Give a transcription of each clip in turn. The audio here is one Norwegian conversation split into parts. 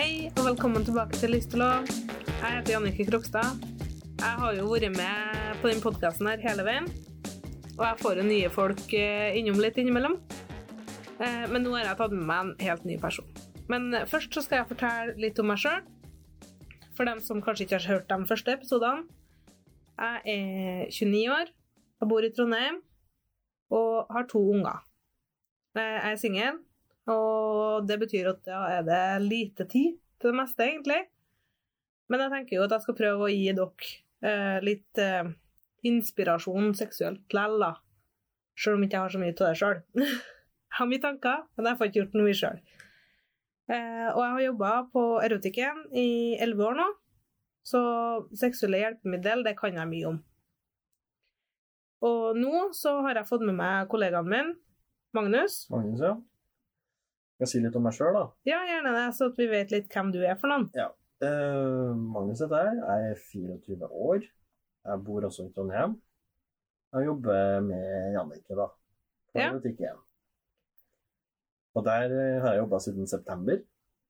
velkommen tilbake til Lyst og lov. Jeg heter Jannicke Krokstad. Jeg har jo vært med på denne podkasten hele veien. Og jeg får jo nye folk eh, innom litt innimellom. Eh, Men nå har jeg tatt med meg en helt ny person. Men eh, først så skal jeg fortelle litt om meg sjøl. For dem som kanskje ikke har hørt de første episodene. Jeg er 29 år, jeg bor i Trondheim og har to unger. Eh, Jeg er singel, og det betyr at da er det lite tid til det meste, egentlig. Men jeg tenker jo at jeg skal prøve å gi dere eh, litt eh, inspirasjon seksuelt lell, da. Sjøl om jeg ikke har så mye av det sjøl. Jeg har mye tanker, men jeg får ikke gjort noe sjøl. Eh, og jeg har jobba på erotikken i elleve år nå, så seksuelle hjelpemiddel, det kan jeg mye om. Og nå så har jeg fått med meg kollegaen min, Magnus. Magnus, ja. Jeg skal si litt om meg sjøl, da. Ja, gjerne det, så at vi vet litt hvem du er for noen. Eh, Magnus heter jeg. Jeg er 24 år. Jeg bor også i Trondheim. Jeg jobber med Jannicke, da. På Ja. butikken. Og der eh, har jeg jobba siden september.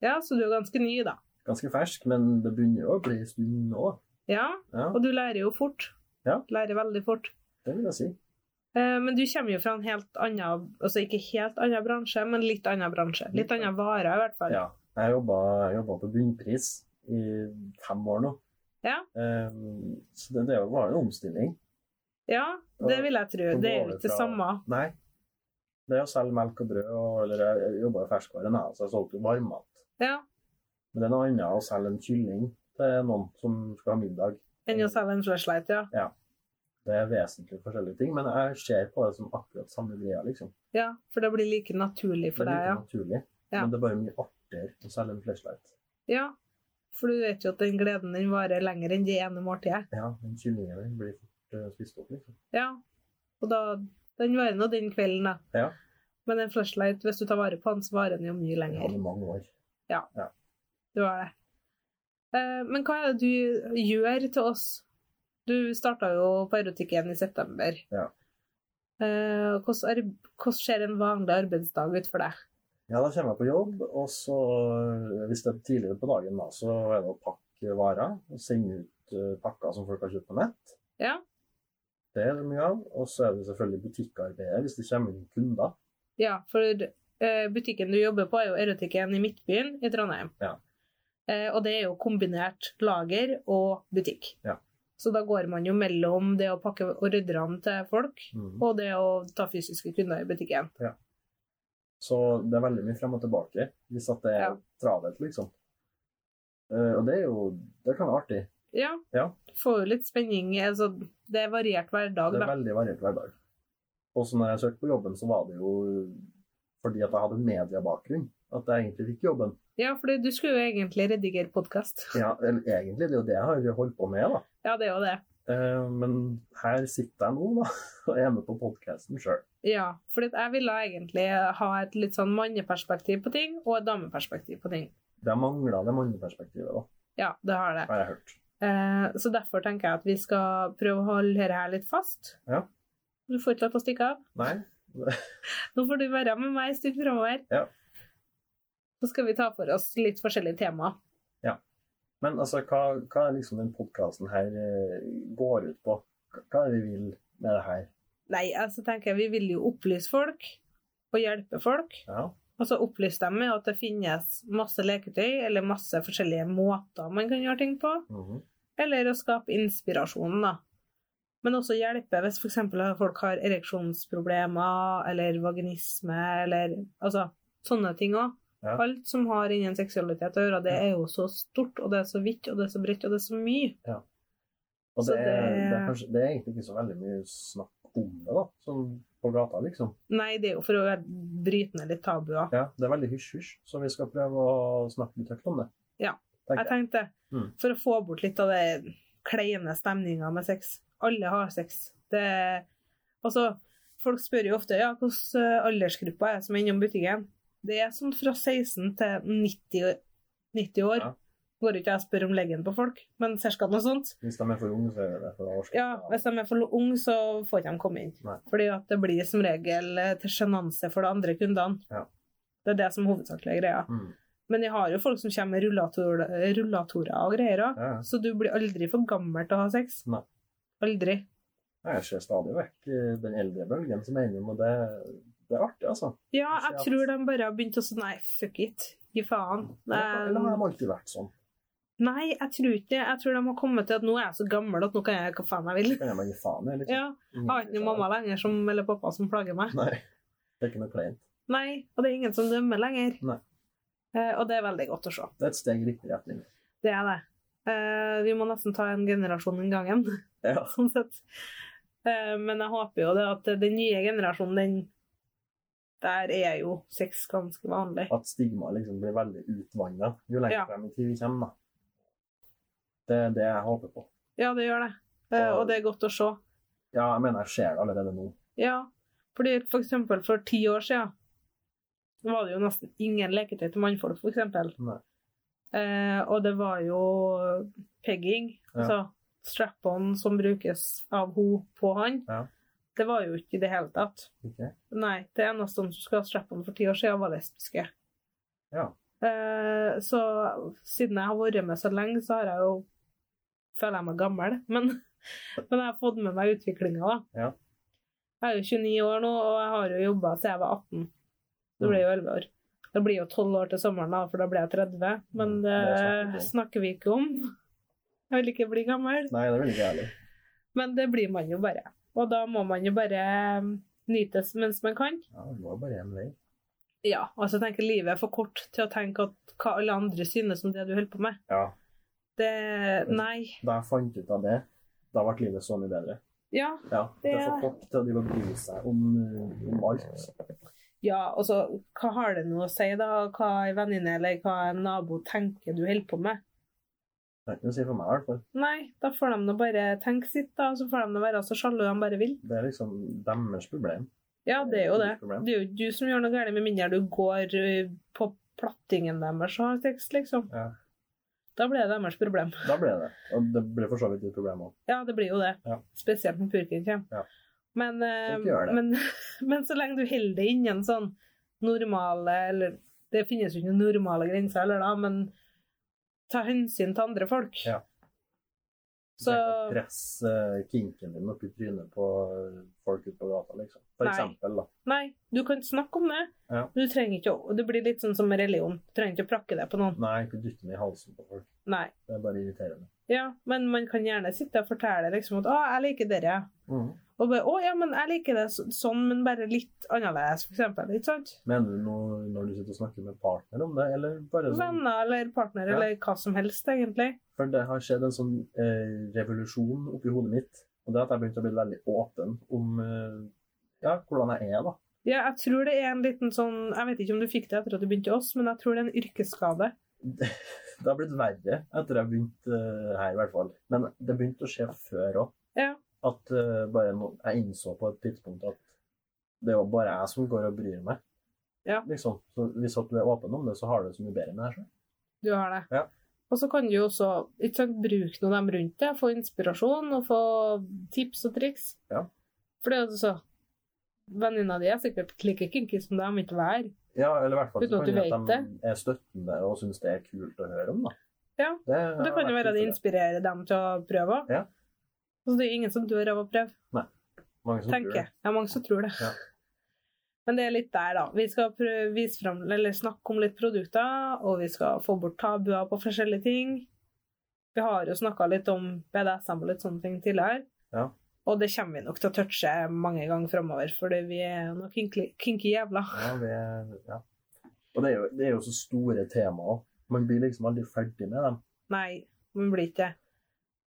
Ja, så du er ganske ny, da. Ganske fersk, men det begynner jo å bli en stund nå. Ja, Ja, og du lærer jo fort. Ja. Lærer veldig fort. det vil jeg si. Eh, Men du kommer jo fra en helt annen, altså ikke helt annen bransje, men litt annen bransje. Litt annen vare, i hvert fall. Ja. Jeg har jobba jeg har jobbet på bunnpris i fem år nå. Ja. Eh, så det, det var jo en omstilling. Ja, det vil jeg tro. Og Det er jo går ikke det fra- samme. Nei. Det er å selge melk og brød, og, eller jeg- jeg jobba i ferskvaren, jeg, så jeg solgte jo varmmat. Ja, Men det er noe annet å selge en kylling til noen som skal ha middag. Enn å selge en flashlight, ja. Det er vesentlig forskjellige ting, men jeg ser på det som akkurat samme greia, liksom. ja. For det blir like naturlig Det er for deg, like ja. naturlig, Ja. men det er bare mye artigere å selge en flashlight. ja. For du vet jo at den gleden den varer lenger enn det ene måltidet. Ja, den kyllingen din blir fort eh, spist opp, liksom. Ja. Og da Den varer nå den kvelden, da. Ja. Men en flashlight, hvis du tar vare på den, så varer den jo mye Jeg lenger. hadde mange år. Du har det. Eh, Men hva er det du gjør til oss? Du starta jo på erotikken i september. Ja. Eh, og Hvordan arb- hvordan ser en vanlig arbeidsdag ut for deg? Ja, da kommer jeg på jobb, og så eh, hvis det er tidligere på dagen, da, så er det å pakke varer. og Sende ut eh, pakker som folk har kjøpt på nett. Ja. Det er det mye av. Og så er det selvfølgelig butikkarbeidet hvis det kommer inn kunder. Ja, for eh, butikken du jobber på, er jo erotikken i Midtbyen i Trondheim. Ja. Eh, Og det er jo kombinert lager og butikk. Ja. Så da går man jo mellom det å pakke ordrene til folk, Mhm. og det å ta fysiske kunder i butikken. Så det er veldig mye frem og tilbake hvis at det er Ja. travelt, liksom. Eh, og det er jo Det kan være artig. Ja. Ja. Får jo litt spenning. Altså, det er variert hver dag, Det er da. veldig variert hver dag. Og så når jeg søkte på jobben, så var det jo fordi at jeg hadde mediebakgrunn at jeg egentlig fikk jobben. Ja, for du skulle jo egentlig redigere podkast. Ja, eller egentlig, det er jo det jeg har holdt på med, da. Ja, det er jo det. Eh, men her sitter jeg nå da, og er med på podkasten sjøl. Ja, for jeg ville egentlig ha et litt sånn manneperspektiv på ting, og et dameperspektiv på ting. Det mangla det manneperspektivet, da, Ja, det har det. har jeg hørt. Eh, så derfor tenker jeg at vi skal prøve å holde dette her litt fast. Ja. Du får ikke lov til å stikke av. Nei? Nå får du være med meg en stund framover. Ja. Så skal vi ta for oss litt forskjellige temaer. Men altså, hva, hva er liksom den podkasten her eh, går ut på? Hva er det vi vil med det her? Nei, altså tenker jeg vi vil jo opplyse folk, og hjelpe folk. Ja. Og så opplyste de meg at det finnes masse leketøy, eller masse forskjellige måter man kan gjøre ting på. mhm. Eller å skape inspirasjon, da. Men også hjelpe hvis f.eks. folk har ereksjonsproblemer, eller vaginisme, eller altså sånne ting òg. Ja. Alt som har innen seksualitet å gjøre, det er jo så stort, og det er så vidt, og det er så bredt, og det er så mye. Og Så det, er- det- Det, er kanskje, det er egentlig ikke så veldig mye snakk om det, da, sånn på gata, liksom. Nei, det er jo for å bryte ned litt tabuer. Ja, Det er veldig hysj-hysj, så vi skal prøve å snakke litt høyt om det. Ja, Tenker Jeg tenkte, Mm. for å få bort litt av det kleine stemninga med sex. Alle har sex. Det, altså, folk spør jo ofte ja, hvilken eh, aldersgruppe er det som er innom butikken. Det er sånn fra 16 til 90, år- 90 år. Ja. Går ikke jeg og spør om leggen på folk, men cirka noe sånt. Hvis de er for unge, så er det for å Ja, Hvis de er for unge, så får ikke de komme inn. Nei. Fordi at det blir som regel eh, til sjenanse for de andre kundene. Ja. Det er det som hovedsakelig er greia. Mm. Men jeg har jo folk som kommer med rullator, rullatorer og greier òg. Ja. Så du blir aldri for gammel til å ha sex. Nei. Aldri. Ja, Jeg ser stadig vekk eh, den eldre bølgen som er innom, og det, det er artig, altså. Ja, Ikke jeg at- tror de bare har begynt å si nei, fuck it. Gi faen. Eller eller har Eh, de alltid vært sånn? Nei, jeg tror ikke det. Jeg tror de har kommet til at nå er jeg så gammel at nå kan jeg gjøre hva faen jeg vil. Kan jeg meg gi faen i? Liksom. Ja, jeg har ikke noen mamma lenger som, eller pappa som plager meg. Nei. Det er ikke noe kleint. Nei, og det er ingen som dømmer lenger. Nei. Eh, og det er veldig godt å se. Det er et steg i riktig retning. Det er det. Eh, vi må nesten ta en generasjon om gangen, Ja. sånn sett. Eh, men jeg håper jo det at den nye generasjonen, den Der er jo sex ganske vanlig. At stigmaet liksom blir veldig utvanna jo lenger Ja. frem i tid vi kommer. da. Det er det jeg håper på. Ja, det gjør det. Eh, og det er godt å se. Ja, jeg mener jeg ser det allerede nå. Ja, fordi for eksempel for ti år siden var det jo nesten ingen leketøy til mannfolk, for eksempel. Nei. Eh, og det var jo pegging, Ja. altså strap-on som brukes av ho på han. Ja. Det var jo ikke i det hele tatt. Ikke? Nei, det eneste som skulle ha strap-on for ti år siden var lesbiske. Ja. Eh, så siden jeg har vært med så lenge, så har jeg jo føler jeg meg gammel, men, men jeg har fått med meg utviklinga, da. Ja. Jeg er jo 29 år nå, og jeg har jo jobba siden jeg var 18. Det Mm. blir jo 11 år. Det blir jo 12 år til sommeren, da, for da blir jeg 30. Men Mm, det det snakker vi ikke om. snakker vi ikke om. Jeg vil ikke bli gammel. Nei, det vil ikke jeg heller. Men det blir man jo bare. Og da må man jo bare nytes mens man kan. Ja, det går bare én vei. Ja, altså jeg tenker livet er for kort til å tenke at hva alle andre synes om det du holder på med. Ja. Det Nei. Da jeg fant ut av det, da ble livet så mye bedre. Ja. Ja. Det er Ja. så kort til å drive og bry seg om, uh, om alt. ja, og så hva har det noe å si, da? Hva en venninne eller hva en nabo tenker du holder på med? Det er ikke noe å si for meg, i hvert fall. Nei, da får de nå bare tenke sitt, da. og Så får de nå være så sjalu de bare vil. Det er liksom deres problem. Ja, det er jo det. Ikke problem. Det er jo ikke du som gjør noe galt, med mindre du går ø, på plattingen deres og har sex, liksom. Ja. Da blir det deres problem. Da ble det. Og det ble for så vidt et problem òg. Ja, det blir jo det. Ja. Spesielt når purken kommer. Ja. Men, eh, Ikke gjør det. men, men så lenge du holder det innen sånn normale eller Det finnes jo ikke noen normale grenser heller, da, men ta hensyn til andre folk. Ja. Så Press eh, kinken din opp i trynet på folk ute på gata, liksom. For Nei. eksempel, da. nei, du kan snakke om det. Ja. Du trenger ikke å Det blir litt sånn som med religion. Du trenger ikke å prakke det på noen. Nei, ikke dytte den i halsen på folk. Nei. Det er bare irriterende. Ja, men man kan gjerne sitte og fortelle liksom at 'Å, jeg liker dere'. Mm. Og bare 'Å, ja, men jeg liker det så- sånn, men bare litt annerledes', for eksempel. Ikke sant? Mener du noe når du sitter og snakker med partner om det, eller bare sånn? Venner eller partner Ja. eller hva som helst, egentlig. For det har skjedd en sånn eh, revolusjon oppi hodet mitt. Og det er at jeg begynte å bli veldig åpen om eh, ja, hvordan jeg er, da. Ja, jeg tror det er en liten sånn Jeg vet ikke om du fikk det etter at du begynte oss, men jeg tror det er en yrkesskade. Det har blitt verre etter jeg begynte eh, her, i hvert fall. Men det begynte å skje før òg. Ja. At eh, bare nå- jeg innså på et tidspunkt at det er jo bare jeg som går og bryr meg. Ja. Liksom. Så hvis at du er åpen om det, så har du det så mye bedre med deg sjøl. Du har det. Ja. Og så kan du jo også ikke sant, bruke noen av dem rundt deg, få inspirasjon og få tips og triks. Ja. For det er jo så Venninna di er sikkert like kinky som deg, om ikke være. Ja, eller i hvert fall så Uten at kan du det at vet de er støttende og syns det er kult å høre om, da. Ja, Det, Og det kan jo være det inspirerer dem til å prøve òg. Ja. Så det er ingen som dør av å prøve. tenker tenker jeg. Det er mange som tror det. Ja. Men det er litt der, da. Vi skal prø- vise frem, eller snakke om litt produkter, og vi skal få bort tabuer på forskjellige ting. Vi har jo snakka litt om BDSM og litt sånne ting tidligere. Ja. Og det kommer vi nok til å touche mange ganger framover, fordi vi er noen kinky, kinky jævla. Ja, det, ja. Og det er, jo, det er jo så store temaer. Man blir liksom aldri ferdig med dem. Nei, vi blir ikke det.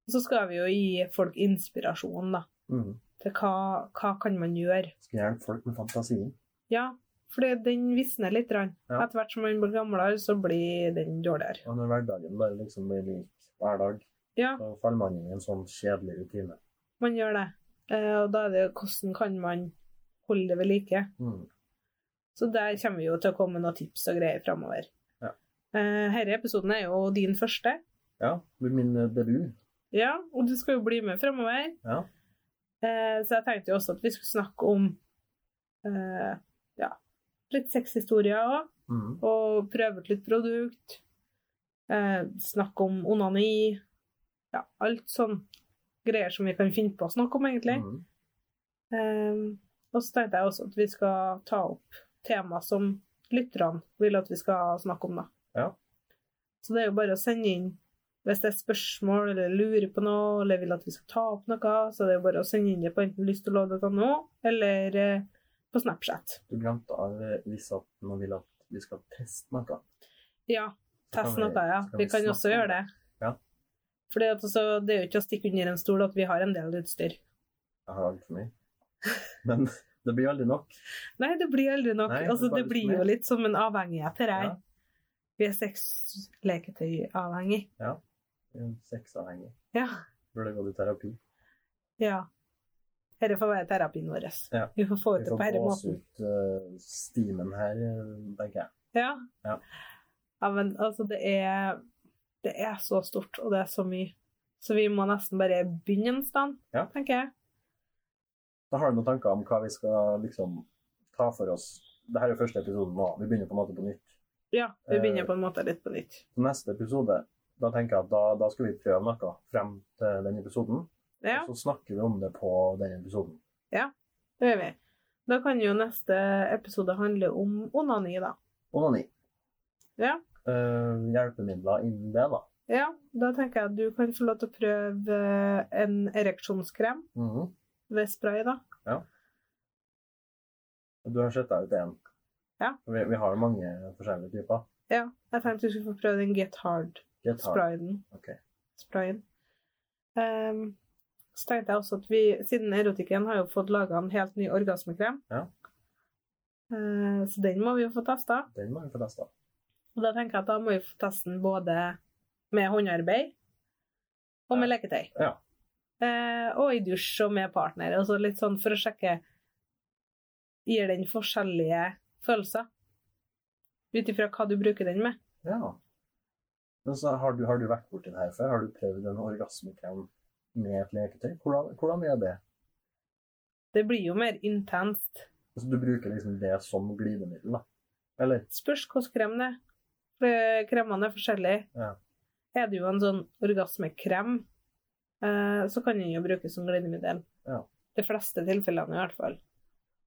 Og så skal vi jo gi folk inspirasjon, da. Mhm. Til hva, hva kan man gjøre? Skal hjelpe folk med fantasien. Ja, for det- den visner litt. grann. Ja. Etter hvert som man blir gamlere, så blir den dårligere. Og når hverdagen bare liksom blir lik hver dag, Ja, så faller man inn i en sånn kjedelig rutine. man gjør det. Eh, Og da er det jo hvordan kan man holde det ved like. Mhm. Så der kommer vi jo til å komme med noen tips og greier framover. Ja. Denne episoden er jo din første. Ja, det blir min eh, debut. Ja, og du skal jo bli med framover. Ja. Så jeg tenkte jo også at vi skulle snakke om eh, ja, litt eh, sexhistorier òg. Mhm. og prøve ut litt produkt. Eh, snakke om onani. Ja, alt sånn greier som vi kan finne på å snakke om, egentlig. Mhm. Eh, og så tenkte jeg også at vi skal ta opp tema som lytterne vil at vi skal snakke om, da. Ja. Så det er jo bare å sende inn hvis det er spørsmål eller lurer på noe eller vil at vi skal ta opp noe, så det er jo bare å sende inn det på enten lyst og lov.no eller eh, på Snapchat. Du glemte avvis at man vil at vi skal teste noe. Ja, Så kan test vi- noe, ja. så kan Vi kan snakke også om gjøre det. Ja. Fordi at også, det er jo ikke å stikke under en stol at vi har en del utstyr. Jeg har altfor mye. Men det blir aldri nok. Nei, det blir aldri nok. Nei, det er altså, det bare blir litt jo mer. litt som en avhengighet her. Ja. Ja. Vi er sexleketøyavhengig. En Sexavhengig. Ja. Burde gått i terapi. ja. Dette får være terapien vår. Ja. Vi får få Vi ut det får på denne blåse måten. ut eh, stimen her, eh, tenker jeg. Ja. Ja. Ja, men altså, det er Det er så stort, og det er så mye. Så vi må nesten bare begynne en sted, Ja. tenker jeg. Da har du noen tanker om hva vi skal liksom ta for oss. Dette er jo første episoden nå. Vi begynner på en måte på nytt. Ja, vi Eh, begynner på en måte litt på nytt. Neste episode, da tenker jeg at da, da skal vi prøve noe frem til den episoden. Ja. Og så snakker vi om det på den episoden. Det gjør vi. Da kan jo neste episode handle om onani, da. Onani. Ja. Eh, hjelpemidler innen det, da. Ja, da tenker jeg at du kan få lov til å prøve en ereksjonskrem Mhm. ved spray, da. Du har sett deg ut en. Ja. Vi, vi har mange forskjellige typer. Ja, jeg tenkte du skulle få prøve den Get Hard-sprayen. Get hard. Ok. Sprayen. Ehm, så tenkte jeg også at vi, siden erotikken har jo fått laga en helt ny orgasmekrem, Ja. Eh, så den må vi jo få testa. Den må vi få testa. Og da tenker jeg at da må vi få teste den både med håndarbeid og med leketøy. Ja. Eh, og i dusj og med partner. Altså litt sånn for å sjekke Gir den forskjellige følelser? Ut ifra hva du bruker den med. Ja. Men så har du, har du vært borti det her før? Har du prøvd en orgasmekrem med et leketøy? Hvordan, hvordan er det? Det blir jo mer intenst. Altså, du bruker liksom det som glidemiddel, da? Eller? Spørs hvilken krem det er. For eh, Kremene er forskjellige. Ja. Er det jo en sånn orgasmekrem, eh, så kan den jo brukes som glidemiddel. Ja. De fleste tilfellene i hvert fall.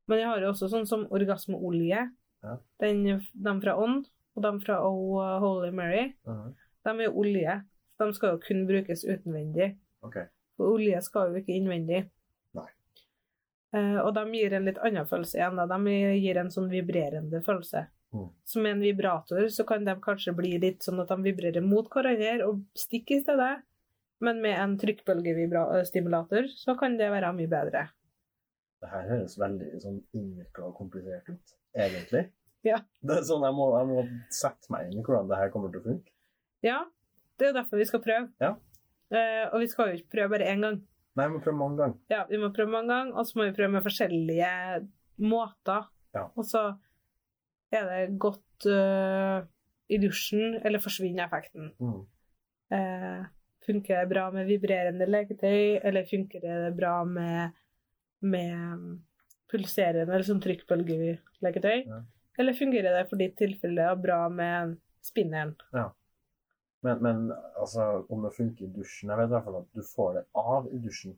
Men jeg har jo også sånn som orgasmeolje. Ja. Den, de fra Ånd og de fra O Holy Mary, de er jo olje. Så de skal jo kun brukes utenvendig. OK. For olje skal jo ikke innvendig. Nei. Eh, og de gir en litt annen følelse igjen. Da. De gir en sånn vibrerende følelse. Mm. Som med en vibrator så kan de kanskje bli litt sånn at de vibrerer mot hverandre og stikker i stedet. Men med en trykkbølgestimulator så kan det være mye bedre. Det her høres veldig sånn innvikla og komplisert ut, egentlig. Ja. Det er sånn, jeg må, jeg må sette meg inn i hvordan det her kommer til å funke. Ja, det er jo derfor vi skal prøve. Ja. Eh, og vi skal jo ikke prøve bare én gang. Nei, men prøv mange ganger. Ja, vi må prøve mange ganger, og så må vi prøve med forskjellige måter. Ja. Og så er det godt øh, i dusjen, eller forsvinner effekten. Mm. Eh, funker det bra med vibrerende leketøy, eller funker det bra med, med mm, pulserende eller sånn trykkbølgeleketøy? Ja. Eller fungerer det for ditt tilfelle bra med spinneren? Men, men altså, om det funker i dusjen Jeg vet i hvert fall at du får det av i dusjen.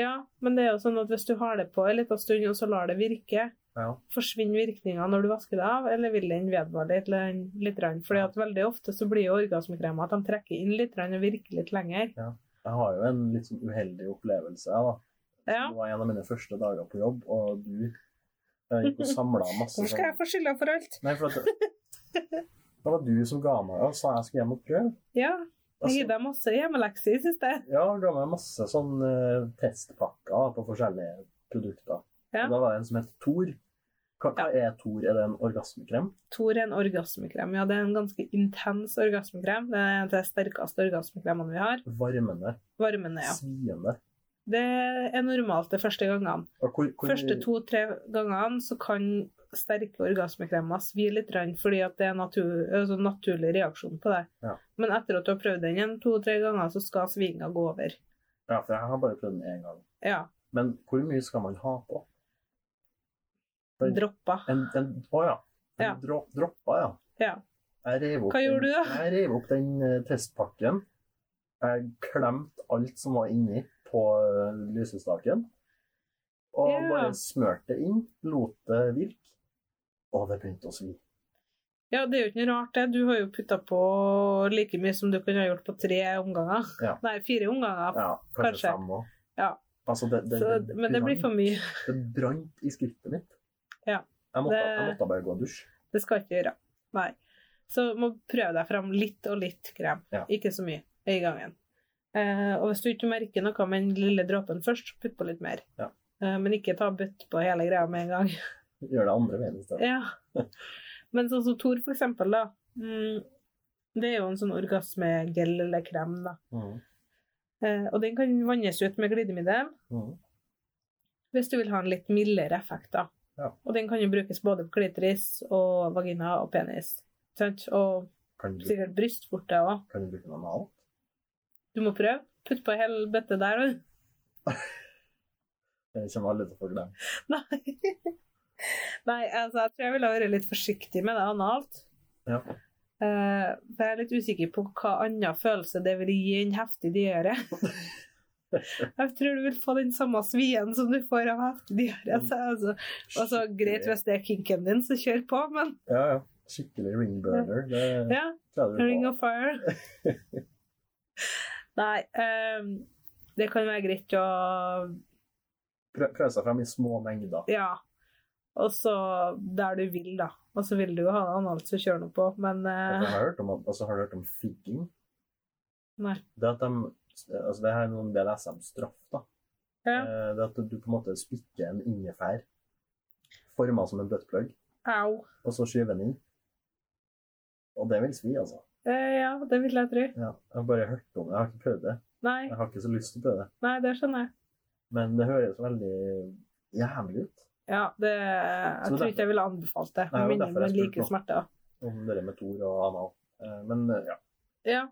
Ja, men det er jo sånn at hvis du har det på en liten stund, og så lar det virke, Ja. forsvinner virkninga når du vasker det av, eller vil den vedvare litt? grann- litt grann? Fordi at veldig ofte så blir jo orgasmekremer at de trekker inn litt grann og virker litt lenger. Jeg har jo en litt sånn uheldig opplevelse, jeg, da. Ja. Det var en av mine første dager på jobb, og du eh, gikk og samla masse Hvor skal sånn jeg få skylda for alt? Nei, for at det, det var du som ga meg og sa jeg skulle hjem og prøve. Ja, jeg Altså, gir deg masse hjemmelekser i siste. ja, han ga meg masse sånn eh, testpakker på forskjellige produkter. Ja. Og da var det en som het Thor. Hva, hva er Thor? Er det en orgasmekrem? Tor er en orgasmekrem. Ja, det er en ganske intens orgasmekrem. Det er en av de sterkeste orgasmekremene vi har. Varmende, Varmende, ja. sviende. Det er normalt de første gangene. Og hvor, hvor, første to-tre gangene så kan sterke orgasmekremer svi litt grann, fordi at det er en natur, altså en naturlig reaksjon på det. Ja. Men etter at du har prøvd den en to-tre ganger, så skal svinga gå over. Ja, for jeg har bare prøvd den én gang. Ja. Men hvor mye skal man ha på? For- Dropper. En, en, å ja. Ja. Dro, droppa, ja. Ja. Jeg rev opp Hva gjorde du den, da? Jeg rev opp den eh, testpakken. Jeg klemte alt som var inni på eh, lysestaken. Og Ja. bare smørte det inn, lot det virke. Og det begynte å svi. Ja, det er jo ikke noe rart det. Du har jo putta på like mye som du kunne ha gjort på tre omganger. Ja. Nei, fire omganger. Ja, kanskje, Kanskje. fem òg. Ja. Altså, det, det, Så, men det blir for mye. Det brant i skrittet mitt. Ja. Jeg måtte, Det- jeg måtte bare gå og dusje. Det skal ikke gjøre. Nei. Så må prøve deg fram litt og litt krem. Ja. Ikke så mye i gangen. Eh, og hvis du ikke merker noe med den lille dråpen først, putt på litt mer. Ja. Eh, men ikke ta bøtt på hele greia med en gang. Gjør det andre veien i stedet. ja. Men sånn som Tor, for eksempel, da. Mm, det er jo en sånn orgasmegel eller krem, da. Mhm. Eh, og den kan vannes ut med glidemiddel Mhm. hvis du vil ha en litt mildere effekt, da. Ja. Og den kan jo brukes både på klitoris og vagina og penis. Sant? Og Kan, du, sikkert brystvorte òg. kan du bruke noe annet? Du må prøve. Putt på hele bøtte der, du. Eller kommer alle til å få glemme? Nei. Nei, altså, jeg tror jeg ville vært litt forsiktig med det analt. Ja. Eh, for jeg er litt usikker på hva annen følelse det vil gi enn heftig diaré. Jeg tror du vil få den samme svien som du får av heftig diaré. så Altså, altså, greit hvis det er kinken din, så kjør på, men Ja, ja. Skikkelig ringburner. Det ja. klarer Ring du på. of fire. Nei, eh, det kan være greit å Prø- Prøve seg frem i små mengder. Ja. Og så der du vil, da. Og så vil du jo ha det analt, så kjør noe på, men Altså, eh, har, du hørt om, at- altså, har du hørt om figging? Nei. Det at de, altså, det her er noen BDSM-straff, da. Ja. Eh, Det at du på en måte spikker en ingefær forma som en buttplug, Au. og så skyver den inn. Og det vil svi, altså. Eh, ja, det vil jeg tro. Ja, jeg har bare hørt om det. Jeg har ikke prøvd det. Nei, Jeg har ikke så lyst til å prøve det. nei, det skjønner jeg. Men det høres veldig jævlig ut. Ja, det, Så jeg tror derfor- ikke jeg ville anbefalt det. Nei, det var Mindre derfor jeg man spurte liker nå. smerter. om det med Thor og anal. Eh, Men eh, ja. Ja.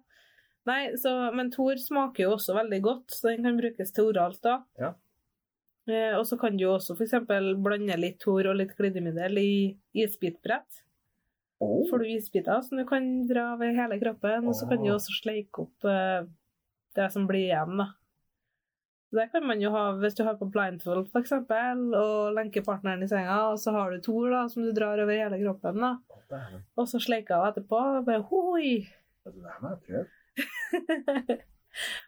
Nei, så, men Thor smaker jo også veldig godt, så den kan brukes til oralt, da. Ja. Eh, og så kan du jo også f.eks. blande litt Thor og litt glidemiddel i isbitbrett. Oh. får du isbiter som du kan dra over hele kroppen. Og så kan du Åh. også sleike opp eh, det som blir igjen, da. Det kan man jo ha hvis du har på blindfold, f.eks., og lenker partneren i senga, og så har du Thor da, som du drar over hele kroppen, da. Dæven, Og så sleiker av etterpå. og Bare hoi! Det her må jeg prøve.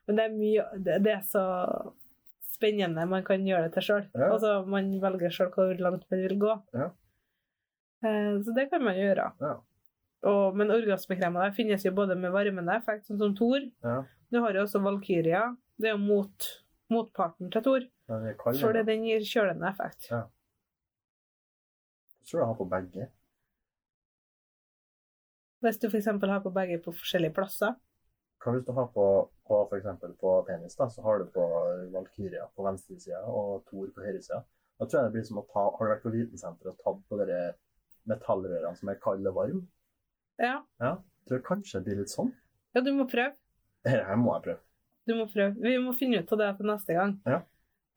Men det er mye Det, det er så spennende man kan gjøre det til sjøl. Ja. Altså, man velger sjøl hvor langt man vil gå. Ja. Eh, Så det kan man gjøre. Ja. Og, men orgasmekremer der finnes jo både med varmende effekt, sånn som Thor. ja. Du har jo også Valkyria. Det er jo mot, motparten til Thor, Men jeg kan for gjøre det. den gir kjølende effekt. Ja. Jeg tror jeg har på begge. Hvis du f.eks. har på begge på forskjellige plasser. Hva hvis du har på, på for eksempel på penis, da, så har du på Valkyria på venstre side og Thor på høyre side. Da tror jeg det blir som å ta Har du vært på vitensenteret og tatt på de der metallrørene som er kalde og varme? Ja. Tror jeg kanskje det blir litt sånn. ja, du må prøve. Dette her må jeg prøve. Du må prøve. Vi må finne ut av det til neste gang. Ja.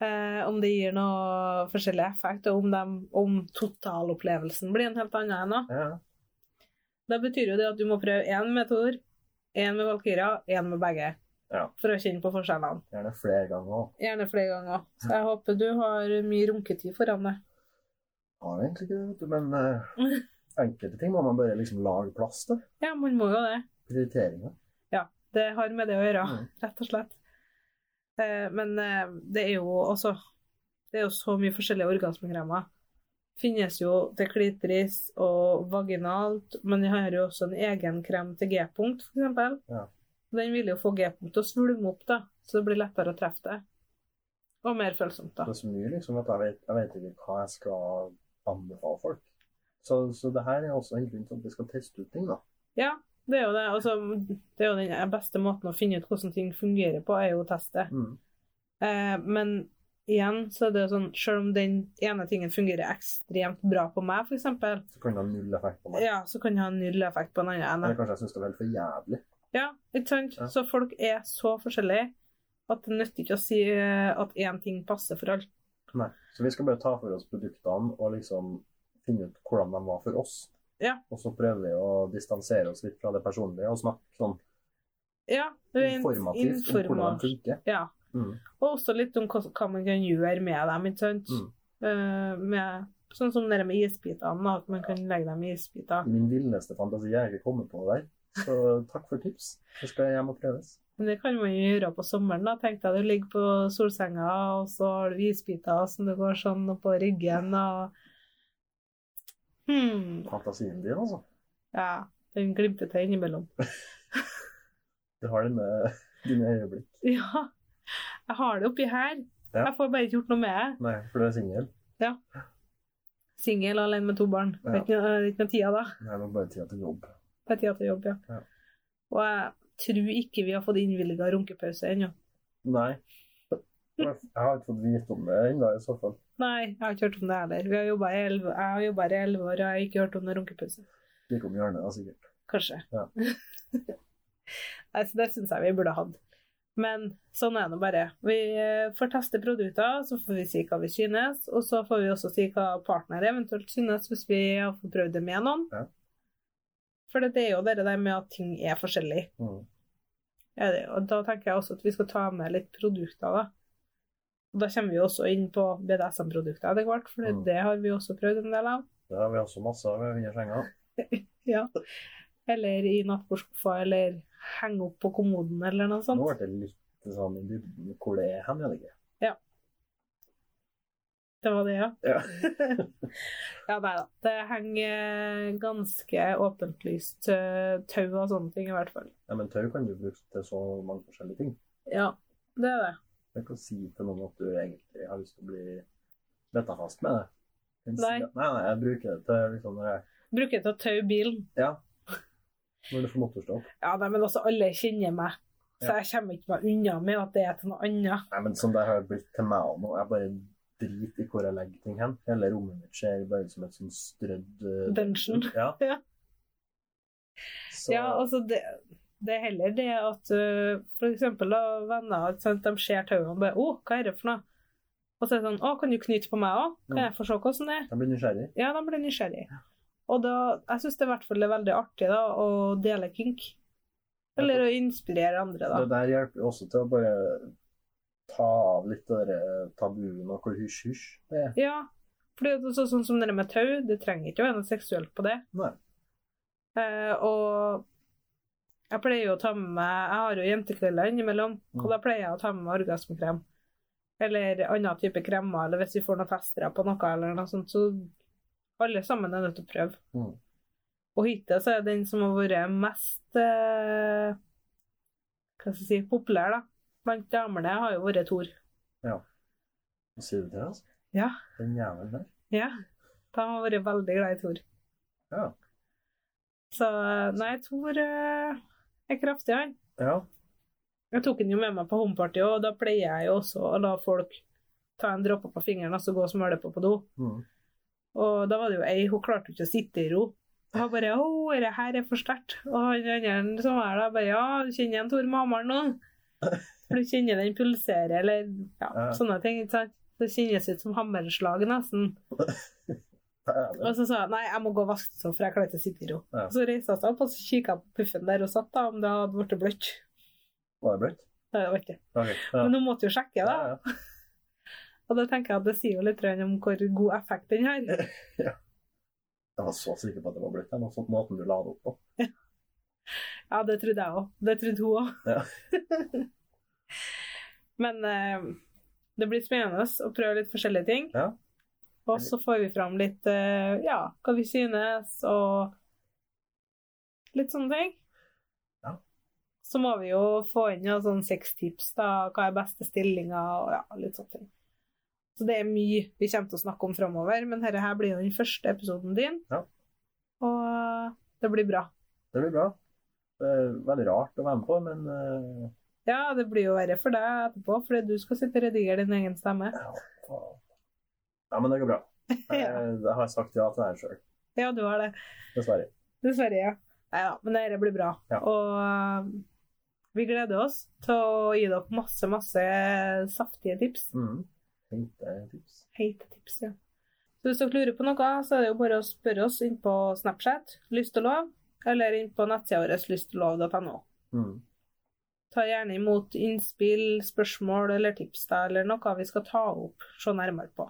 Eh, om det gir noe forskjellig effekt, og om, dem, om totalopplevelsen blir en helt annen ennå. Ja. Da betyr jo det at du må prøve én med Thor, én med Valkyria, én med begge. Ja. For å kjenne på forskjellene. Gjerne flere ganger òg. Gjerne flere ganger. Så jeg håper du har mye runketid foran deg. Har jeg egentlig ikke det, vet du, men eh, enkelte ting må man bare liksom lage plass til. Ja, man må jo det. Prioriteringer. Det har med det å gjøre, Mm. rett og slett. Eh, men eh, det er jo også Det er jo så mye forskjellige orgasmekremer. Finnes jo til klitoris og vaginalt, men jeg har jo også en egen krem til G-punkt, f.eks. Ja. Den vil jo få G-punkt til å svulme opp, da, så det blir lettere å treffe det. Og mer følsomt, da. Det er så mye liksom at jeg vet, jeg vet ikke hva jeg skal anbefale folk. Så, så det her er også en grunn til at vi skal teste ut ting, da. Det er jo det. Altså, det er jo den beste måten å finne ut hvordan ting fungerer på, er jo å teste. Mm. Eh, men igjen så er det jo sånn, selv om den ene tingen fungerer ekstremt bra på meg, for eksempel, Så kan det ha null effekt på meg. ja, så kan det ha null effekt på en annen Eller ene. kanskje jeg syns det er helt for jævlig. Ja, ikke sant? Ja. Så folk er så forskjellige at det nytter ikke å si eh, at én ting passer for alt. Nei. Så vi skal bare ta for oss produktene og liksom finne ut hvordan de var for oss. Ja. Og så prøver vi å distansere oss litt fra det personlige og snakke sånn Ja, rent informativt om hvordan det informasjon. funker. Ja. Mm. Og også litt om hva, hva man kan gjøre med dem, ikke sant? Mm. Eh, med, sånn som det der med isbitene, da, at man kan legge dem i isbiter. Min villeste fantasi jeg ikke kommer på der. Så takk for tips. Det skal jeg hjem og prøves. Men det kan man jo gjøre på sommeren, da. Tenk deg du ligger på solsenga, og så har du isbiter som du går sånn på ryggen, og hmm. Fantasien din, altså. Ja, den glimter til innimellom. Du har dine, dine øyeblikk. Ja, jeg har det oppi her. Ja. Jeg får bare ikke gjort noe med det. Nei, for du er singel. Singel og alene med to barn. Ja. Det er ikke noe- det er ikke noe tida da. Nei, det er bare tida til jobb. Det er tida til jobb, ja. Ja. Og jeg tror ikke vi har fått innvilga runkepause ennå. Nei. Jeg har ikke fått vite om det ennå, i så fall. Nei, jeg har ikke hørt om det heller. Vi har jobbet i 11 jeg har jobba i elleve år, og jeg har ikke hørt om noen runkepause. Det gikk om hjørnet, da, sikkert. Kanskje. Ja. Nei, så det syns jeg vi burde hatt. Men sånn er det nå bare. Vi eh, får teste produkter, så får vi si hva vi synes. Og så får vi også si hva partner eventuelt synes, hvis vi har fått prøvd det med noen. Ja. For det er jo det der med at ting er forskjellig. Mm. Ja, det, og da tenker jeg også at vi skal ta med litt produkter, da. Og da kommer vi jo også inn på BDSM-produkter etter hvert, for det- Mm. det har vi også prøvd en del av. Det har vi også masse av under senga. Ja. Eller i nattbordskuffa, eller henge opp på kommoden, eller noe Nå sånt. ble det litt sånn i dybden hvor det er hen, er det ikke? Det var det, ja. Ja. ja, nei da. Det henger eh, ganske åpent lyst eh, tau og sånne ting, i hvert fall. Nei, men tau kan du bruke til så mange forskjellige ting. Ja, det er det. Du kan si til noen at du egentlig har lyst til å bli betta fast med det. Du kan Nei. Si at, nei, nei, jeg bruker det til liksom når jeg Bruker til å tau bilen. Ja. Når du får motorstopp. Ja, nei, men altså, alle kjenner meg. Så Ja. jeg kommer ikke meg unna med at det er til noe annet. Nei, men sånn der har det blitt til meg nå. Jeg bare driter i hvor jeg legger ting hen. Hele rommet mitt ser bare ut som et sånn strødd eh, Dungeon. Ja. Ja. Så, Ja, altså det, det er heller det at øh, for eksempel da, venner ikke sant, de ser tauet og bare 'Å, hva er det for noe?' Og så er det sånn 'Å, kan du knyte på meg òg? Kan Mm. jeg få se hvordan det er?' Jeg blir nysgjerrig. Ja, de blir nysgjerrig. Og da, jeg syns det i hvert fall er veldig artig da, å dele kink. Eller å inspirere andre, Det da. der hjelper jo også til å bare ta av litt av det der eh, tabuen og hvor hysj-hysj det er. Ja. For det er jo så, sånn som det der med tau, det trenger ikke å være noe seksuelt på det. Nei. Eh, og jeg pleier jo å ta med meg Jeg har jo jentekvelder innimellom, Mm. og da pleier jeg å ta med meg orgasmekrem. Eller annen type kremmer, eller hvis vi får noen festere på noe, eller noe sånt, så alle sammen er nødt til å prøve. Mm. Og hittil så er den som har vært mest eh, Hva skal jeg si populær, da, blant damene, har jo vært Tor. Hva sier du til det, altså? Ja. Den jævelen der. Ja. De har vært veldig glad i Tor. Ja. Så nei, Tor eh, er kraftig, han. ja. Jeg tok den jo med meg på homeparty, og da pleier jeg jo også å la folk ta en dråpe på fingeren og så gå og smøre det på på do. Mm. Og da var det jo ei, hun klarte jo ikke å sitte i ro. Og hun bare 'Å, det her er for sterkt'. Og han andre som var der, bare 'Ja, du kjenner igjen Tor Mamaren nå?' For du kjenner den pulsere, eller ja, Ja. sånne ting. ikke sant? Det kjennes ut som hammerslag, nesten. Dæven. Og så sa jeg nei, jeg må gå og vaske det, for jeg klarer ikke å sitte i ro. Ja. Så reiste jeg seg opp, og så kikket jeg på puffen der hun satt, da, om det hadde blitt bløtt. Var det bløtt? Nei, det var ikke det. Ok, Ja. Men hun måtte jo sjekke, da. Ja, ja. Og da tenker jeg at det sier jo litt grann om hvor god effekt den har. Jeg var så sikker på at det var bløtt. Jeg var sånn måten du la det opp på. Ja, det trodde jeg òg. Det trodde hun òg. Ja. Men eh, det blir spennende å prøve litt forskjellige ting. Ja. Og så får vi fram litt eh, ja, hva vi synes, og litt sånne ting. Ja. Så må vi jo få inn noen sånne sextips, da. Hva er beste stillinga, og ja, litt sånne ting. Så det er mye vi kommer til å snakke om framover, men dette her blir jo den første episoden din. Ja. Og eh, det blir bra. Det blir bra. Det er veldig rart å være med på, men eh, Ja, det blir jo verre for deg etterpå, fordi du skal sitte og redigere din egen stemme. ja, faen. ja, men det går bra. Jeg, jeg har sagt ja til det her sjøl, Ja, du har det. dessverre. Dessverre, ja. Nei da, men dette blir bra. Ja. Og eh, vi gleder oss til å gi dere masse, masse saftige tips. Mm. Fint eh, tips. Heite tips, ja. Så hvis dere lurer på noe, så er det jo bare å spørre oss inn på Snapchat, lyst og lov, eller inn på nettsida vår lystogglov.no. Mm. Ta gjerne imot innspill, spørsmål eller tips da, eller noe vi skal ta opp, se nærmere på.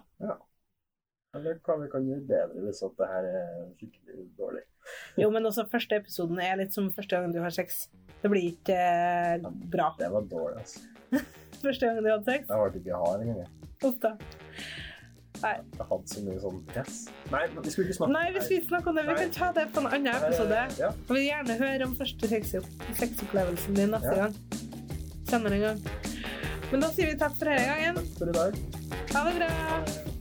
Eller hva vi kan gjøre bedre hvis at det her er skikkelig dårlig. Jo, men også første episoden er litt som første gang du har sex. Det blir ikke eh, bra. Det var dårlig, altså. Første gang du hadde sex. Jeg ble ikke hard engang. jeg. Uff da. Jeg hadde så mye sånn press. Nei, men vi skulle ikke snakke Nei, vi skal ikke snakke om det. Vi kan ta det på en annen episode. Eh, Ja. Jeg vil gjerne høre om første sexop- sexopplevelsen din neste Ja. gang. Senere en gang. Men da sier vi takk for denne gangen. Takk for i dag. Ha det bra! Ha det.